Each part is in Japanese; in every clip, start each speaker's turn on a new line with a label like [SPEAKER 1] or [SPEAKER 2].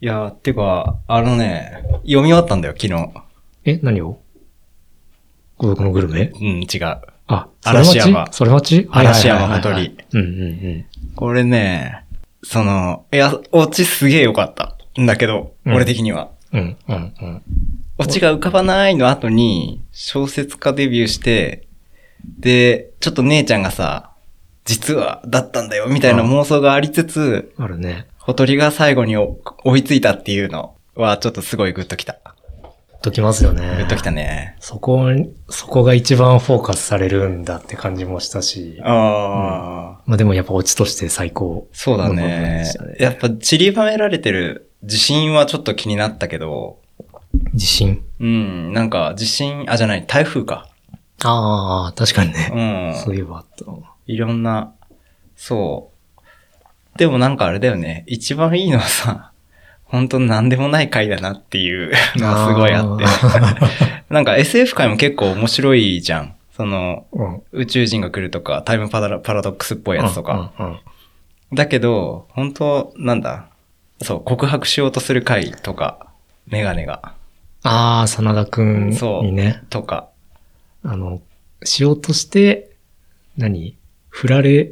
[SPEAKER 1] いやー、てか、あのね、読み終わったんだよ、昨日。
[SPEAKER 2] え、何を孤独のグルメ
[SPEAKER 1] うん、違う。
[SPEAKER 2] あ、
[SPEAKER 1] 嵐
[SPEAKER 2] それ
[SPEAKER 1] 山
[SPEAKER 2] 待ちそれ待ち
[SPEAKER 1] 嵐山ほと。
[SPEAKER 2] はいはい
[SPEAKER 1] り。
[SPEAKER 2] はいはいうんうんうん。
[SPEAKER 1] これね、その、いや、オチすげえ良かった。んだけど、
[SPEAKER 2] うん
[SPEAKER 1] 俺的には。
[SPEAKER 2] うん、うん、うん。
[SPEAKER 1] オチが浮かばないの後に、小説家デビューして、で、ちょっと姉ちゃんがさ、実は、だったんだよ、みたいな
[SPEAKER 2] うん
[SPEAKER 1] 妄想がありつつ、
[SPEAKER 2] あるね。
[SPEAKER 1] ほとりが最後にお追いついたっていうのは、ちょっとすごいグッときた。
[SPEAKER 2] グッときますよ
[SPEAKER 1] グ
[SPEAKER 2] ね。
[SPEAKER 1] ッときたね。
[SPEAKER 2] そこ、そこが一番フォーカスされるんだって感じもしたし。
[SPEAKER 1] ああ、
[SPEAKER 2] まあでもやっぱオチとして最高。
[SPEAKER 1] そうだね
[SPEAKER 2] そうだね
[SPEAKER 1] やっぱ散りばめられてる自信はちょっと気になったけど、
[SPEAKER 2] 自信。
[SPEAKER 1] うん、なんか地震、あ、じゃない、台風か。
[SPEAKER 2] ああ、確かにね。
[SPEAKER 1] うん。
[SPEAKER 2] そういえばあったな。
[SPEAKER 1] いろんな、そう。でもなんかあれだよね、一番いいのはさ、本当なんでもない回だなっていうのがすごいあって。 なんか SF 回も結構面白いじゃん。その、
[SPEAKER 2] うん。
[SPEAKER 1] 宇宙人が来るとか、タイムパラパラドックスっぽいやつとか。
[SPEAKER 2] うん。うん
[SPEAKER 1] だけど、本当なんだ。そう、告白しようとする回とか、メガネが、
[SPEAKER 2] ああ、真田くん
[SPEAKER 1] そう
[SPEAKER 2] にね、
[SPEAKER 1] とか。
[SPEAKER 2] あの、しようとして、何振られ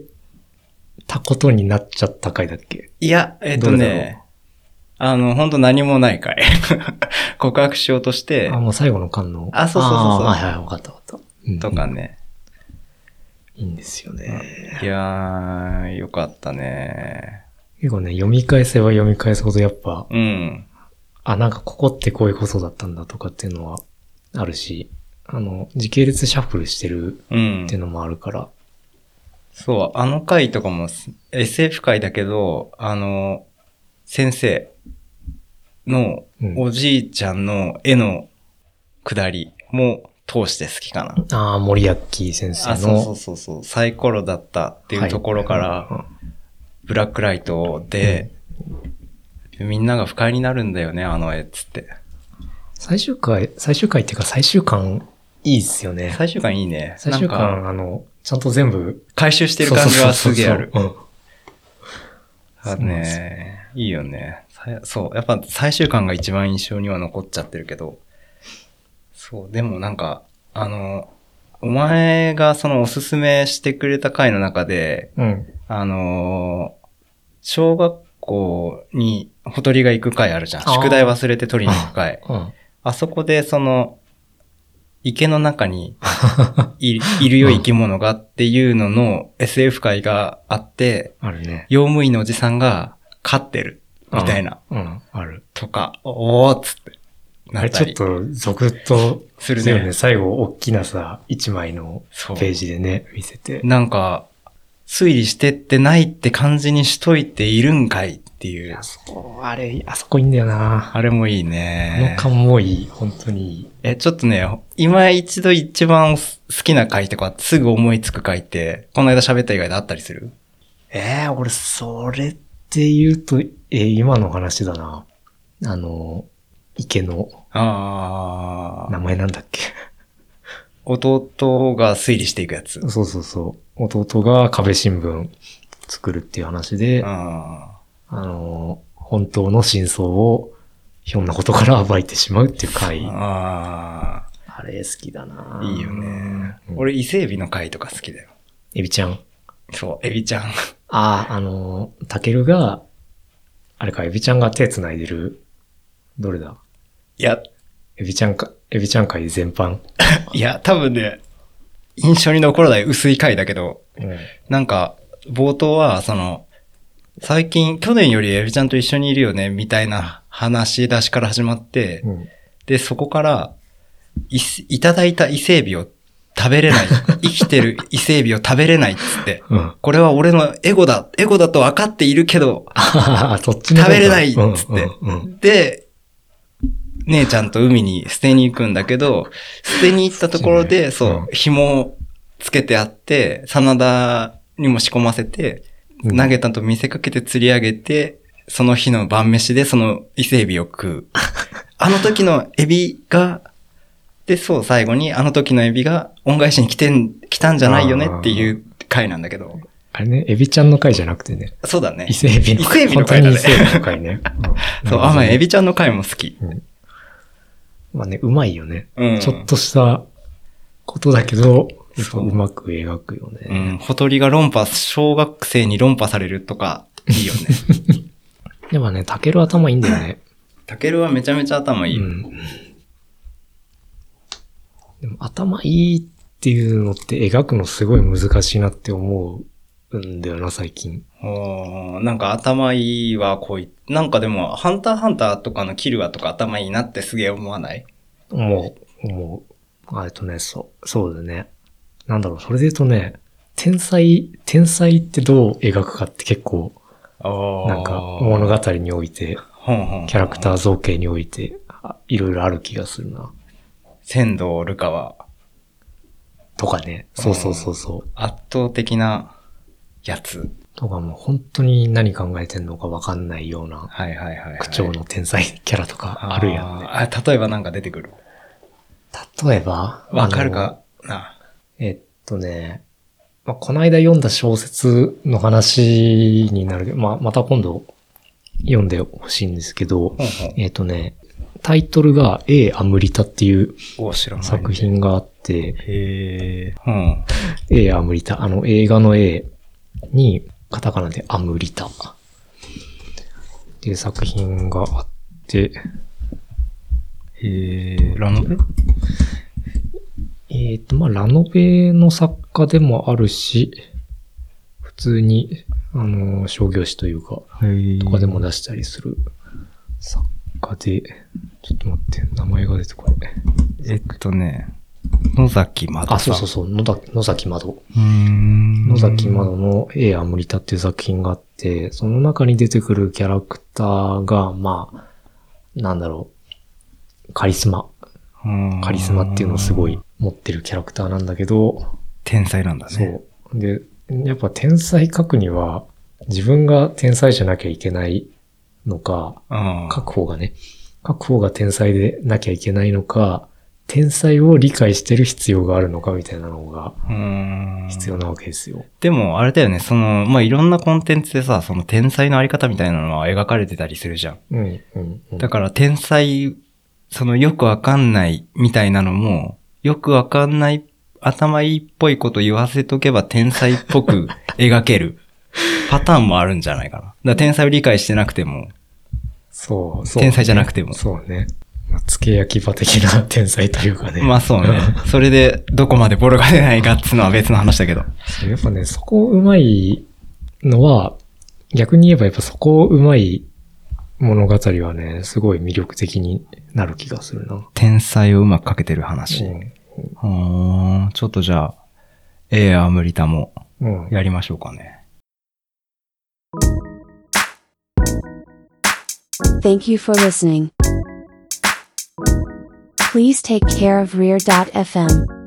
[SPEAKER 2] たことになっちゃった回だっけ
[SPEAKER 1] いや、えっと
[SPEAKER 2] どれだろ
[SPEAKER 1] ね、あの、本当何もない回。 告白しようとして
[SPEAKER 2] あ、、もう最後の巻の。
[SPEAKER 1] あそうそうそうそう
[SPEAKER 2] あーはいはい、わかったわかった。うん
[SPEAKER 1] とか。ね。
[SPEAKER 2] いいんですよね。
[SPEAKER 1] いやー、よかったね。
[SPEAKER 2] 結構ね、読み返せば読み返すほどやっぱ、
[SPEAKER 1] うん。
[SPEAKER 2] あ、なんかここってこういうことだったんだとかっていうのはあるし、あの、時系列シャッフルしてる
[SPEAKER 1] う
[SPEAKER 2] っ
[SPEAKER 1] ん
[SPEAKER 2] てい。うのもあるから。
[SPEAKER 1] そう、あの回とかも SF 回だけど、あの、先生の
[SPEAKER 2] うん
[SPEAKER 1] おじいちゃんの絵の下りも通して好きかな。
[SPEAKER 2] ああ、森脇先生の。
[SPEAKER 1] あ、そうそうそうそう。サイコロだったっていうところから、
[SPEAKER 2] はい
[SPEAKER 1] ブラックライトで、みんなが不快になるんだよね、あの絵っつって。
[SPEAKER 2] 最終回、最終回っていうか最終巻、いいっすよね。
[SPEAKER 1] 最終巻いいね。
[SPEAKER 2] 最終
[SPEAKER 1] なん
[SPEAKER 2] 巻、
[SPEAKER 1] か
[SPEAKER 2] あの、ちゃんと全部。
[SPEAKER 1] 回収してる感じはすげえある。
[SPEAKER 2] そうそうそうそう。
[SPEAKER 1] あと
[SPEAKER 2] そうなんですよ
[SPEAKER 1] ね、いいよね。さそう、やっぱ最終巻が一番印象には残っちゃってるけど、そう、でもなんか、あの、お前がそのおすすめしてくれた回の中で、
[SPEAKER 2] うん。うん。
[SPEAKER 1] あのー小学校にほとりが行く回あるじゃん。
[SPEAKER 2] あー
[SPEAKER 1] 宿題忘れて取りに行く回。
[SPEAKER 2] うん。
[SPEAKER 1] あそこでその、池の中に いいるよ生き物がっていうのの SF 回があって、
[SPEAKER 2] あるね。
[SPEAKER 1] 用務員のおじさんが飼ってる、みたいな、
[SPEAKER 2] うん。うん、ある。
[SPEAKER 1] とか、おーっつって、
[SPEAKER 2] あ
[SPEAKER 1] なっ
[SPEAKER 2] れ
[SPEAKER 1] た
[SPEAKER 2] ちょっ
[SPEAKER 1] り。
[SPEAKER 2] と、ゾクッと
[SPEAKER 1] するね
[SPEAKER 2] よ最後、大きなさ、一枚の
[SPEAKER 1] そう
[SPEAKER 2] ページでね、見せて。
[SPEAKER 1] なんか、推理してってないって感じにしといているんかいってい
[SPEAKER 2] いうや、。そう、あれ、あそこいいんだよな。
[SPEAKER 1] あれもいい
[SPEAKER 2] あの
[SPEAKER 1] ね。
[SPEAKER 2] 感もいい、本当にいい。
[SPEAKER 1] え、ちょっとね、今一度一番す好きな回とか、すぐ思いつく回って、この間喋った以外であったりする
[SPEAKER 2] ええ俺、それって言うと、えー今の話だな。あの、池の、
[SPEAKER 1] あ
[SPEAKER 2] 名
[SPEAKER 1] あ。
[SPEAKER 2] 前なんだっけ。
[SPEAKER 1] 弟が推理していくやつ。
[SPEAKER 2] そうそうそう。弟が壁新聞作るっていう話で、あ
[SPEAKER 1] あ
[SPEAKER 2] の、本当の真相を、ひょんなことから暴いてしまうっていう回
[SPEAKER 1] ー。あ
[SPEAKER 2] あれ好きだな
[SPEAKER 1] あ。いいよね。俺、
[SPEAKER 2] 俺、
[SPEAKER 1] 伊勢海老の回とか好きだよ。
[SPEAKER 2] エビちゃん。
[SPEAKER 1] そう、エビちゃん。
[SPEAKER 2] ああ、あの、タケルが、あれか、エビちゃんが手繋いでる、どれだ
[SPEAKER 1] いや、
[SPEAKER 2] エビちゃんか、エビちゃん会全般。
[SPEAKER 1] いや、多分ね、印象に残らない薄い回だけど、
[SPEAKER 2] うん
[SPEAKER 1] なんか、冒頭は、その、最近、去年よりエビちゃんと一緒にいるよね、みたいな話し出しから始まって、
[SPEAKER 2] うん
[SPEAKER 1] で、そこから、いす、いただいた伊勢海老を食べれ ない。生きてる伊勢海老を食べれないっつって。
[SPEAKER 2] うん。
[SPEAKER 1] これは俺のエゴだ、エゴだと分かっているけど、
[SPEAKER 2] ああ、そっち
[SPEAKER 1] 食
[SPEAKER 2] の方が
[SPEAKER 1] べれないっつって
[SPEAKER 2] うんうんうん。
[SPEAKER 1] で、姉ちゃんと海に捨てに行くんだけど、捨てに行ったところで、
[SPEAKER 2] そっちね
[SPEAKER 1] そう
[SPEAKER 2] う、
[SPEAKER 1] 紐をつけてあって、真田にも仕込ませて、
[SPEAKER 2] うん
[SPEAKER 1] 投げたと見せかけて釣り上げて、その日の晩飯でその伊勢エビを 食う。あの時のエビが、で、そう、最後に、あの時のエビが恩返しに来てん、来たんじゃないよねっていう回なんだけど、
[SPEAKER 2] あれね、エビちゃんの回じゃなくてね、
[SPEAKER 1] そうだね
[SPEAKER 2] 伊。勢エビの
[SPEAKER 1] 伊勢エビの回だね
[SPEAKER 2] 本当に伊勢エビの回ね。ん
[SPEAKER 1] そう、あ、まあ、エ。ビちゃんの回も好き。
[SPEAKER 2] うんまあね、うまいよね。
[SPEAKER 1] うん。
[SPEAKER 2] ちょっとしたことだけど、やっぱ
[SPEAKER 1] そう
[SPEAKER 2] うまく描くよ
[SPEAKER 1] う
[SPEAKER 2] ね。
[SPEAKER 1] ん、ほとりが論破、小学生に論破されるとか、いい よね。
[SPEAKER 2] でもね、タケル頭いいんだよね。
[SPEAKER 1] タケルはめちゃめちゃ頭いい。
[SPEAKER 2] うん。でも頭いいっていうのって描くのすごい難しいなって思うんだよな、最近。
[SPEAKER 1] おーなんか頭いいはこうい、なんかでも、ハンターハンターとかのキルアとか頭いいなってすげえ思わない
[SPEAKER 2] 思う、思う。あえっとね、そう、そうだね。なんだろう、それで言うとね、天才、天才ってどう描くかって結構、
[SPEAKER 1] な
[SPEAKER 2] なんか物語において、キャラクター
[SPEAKER 1] ー。
[SPEAKER 2] 造形において、あいろいろある気がするな。
[SPEAKER 1] 仙道ルカは
[SPEAKER 2] とかね。そうそうそうそう。
[SPEAKER 1] 圧倒的なやつ。
[SPEAKER 2] とかもう本当に何考えてんのかわかんないような
[SPEAKER 1] はいはいはい、はい。
[SPEAKER 2] 区長の天才 キャラとかあるやんね。
[SPEAKER 1] あー。あ例えばなんか出てくる。
[SPEAKER 2] 例えば、
[SPEAKER 1] わかるかな。
[SPEAKER 2] あのえっとね、まあ、この間読んだ小説の話になるけど、まあ、また今度読んでほしいんですけど、
[SPEAKER 1] ほんほん
[SPEAKER 2] えっとね、タイトルが A アムリタっていう
[SPEAKER 1] お知らない。
[SPEAKER 2] 作。品があって、
[SPEAKER 1] へえ。うん。
[SPEAKER 2] A アムリタ、あの映画の A にカタカナでアムリタっていう作品があって、
[SPEAKER 1] へえ。ラノベ
[SPEAKER 2] えっ、と、まあ、ラノベの作家でもあるし、普通に、あのー商業誌というか、とかでも出したりする作家で、ちょっと待って、名前が出てこない。
[SPEAKER 1] えっとね、野崎まど
[SPEAKER 2] あ、そうそうそう、野崎野崎窓。
[SPEAKER 1] う。ん。
[SPEAKER 2] 野崎窓の A アムリタっていう作品があって、その中に出てくるキャラクターが、まあ、なんだろう、カリスマ。
[SPEAKER 1] うん。
[SPEAKER 2] カリスマっていうのをすごい持ってるキャラクターなんだけど、
[SPEAKER 1] 天才なんだね。
[SPEAKER 2] そう。で、やっぱ天才書くには、自分が天才じゃなきゃいけないのか、
[SPEAKER 1] うん。
[SPEAKER 2] 書く方がね、書く方が天才でなきゃいけないのか、天才を理解してる必要があるのかみたいなのが
[SPEAKER 1] うん。
[SPEAKER 2] 必要なわけですよ。
[SPEAKER 1] でも、あれだよね、その、まあ、いろんなコンテンツでさ、その天才のあり方みたいなのは描かれてたりするじゃん。
[SPEAKER 2] うん、うん、うん。
[SPEAKER 1] だから天才、そのよくわかんないみたいなのも、よくわかんない、頭いいっぽいこと言わせとけば天才っぽ く描けるパターンもあるんじゃないかな。だから天才を理解してなくても、
[SPEAKER 2] そう、そう。
[SPEAKER 1] 天才じゃなくても。
[SPEAKER 2] そうね。まあ、つけ焼き場的な天才というかね。
[SPEAKER 1] まあそう ね。それでどこまでボロが出ないかっつうのは別の話だけど。
[SPEAKER 2] そうやっぱね、そこうまいのは、逆に言えばやっぱそこうまい物語はね、すごい魅力的になる気がするな。
[SPEAKER 1] 天才をうまくかけてる話。うーん、ちょっとじゃあ、エア無理だも
[SPEAKER 2] うん。
[SPEAKER 1] やりましょうかね。
[SPEAKER 3] Thank you for listening. Please take care of Rear.fm.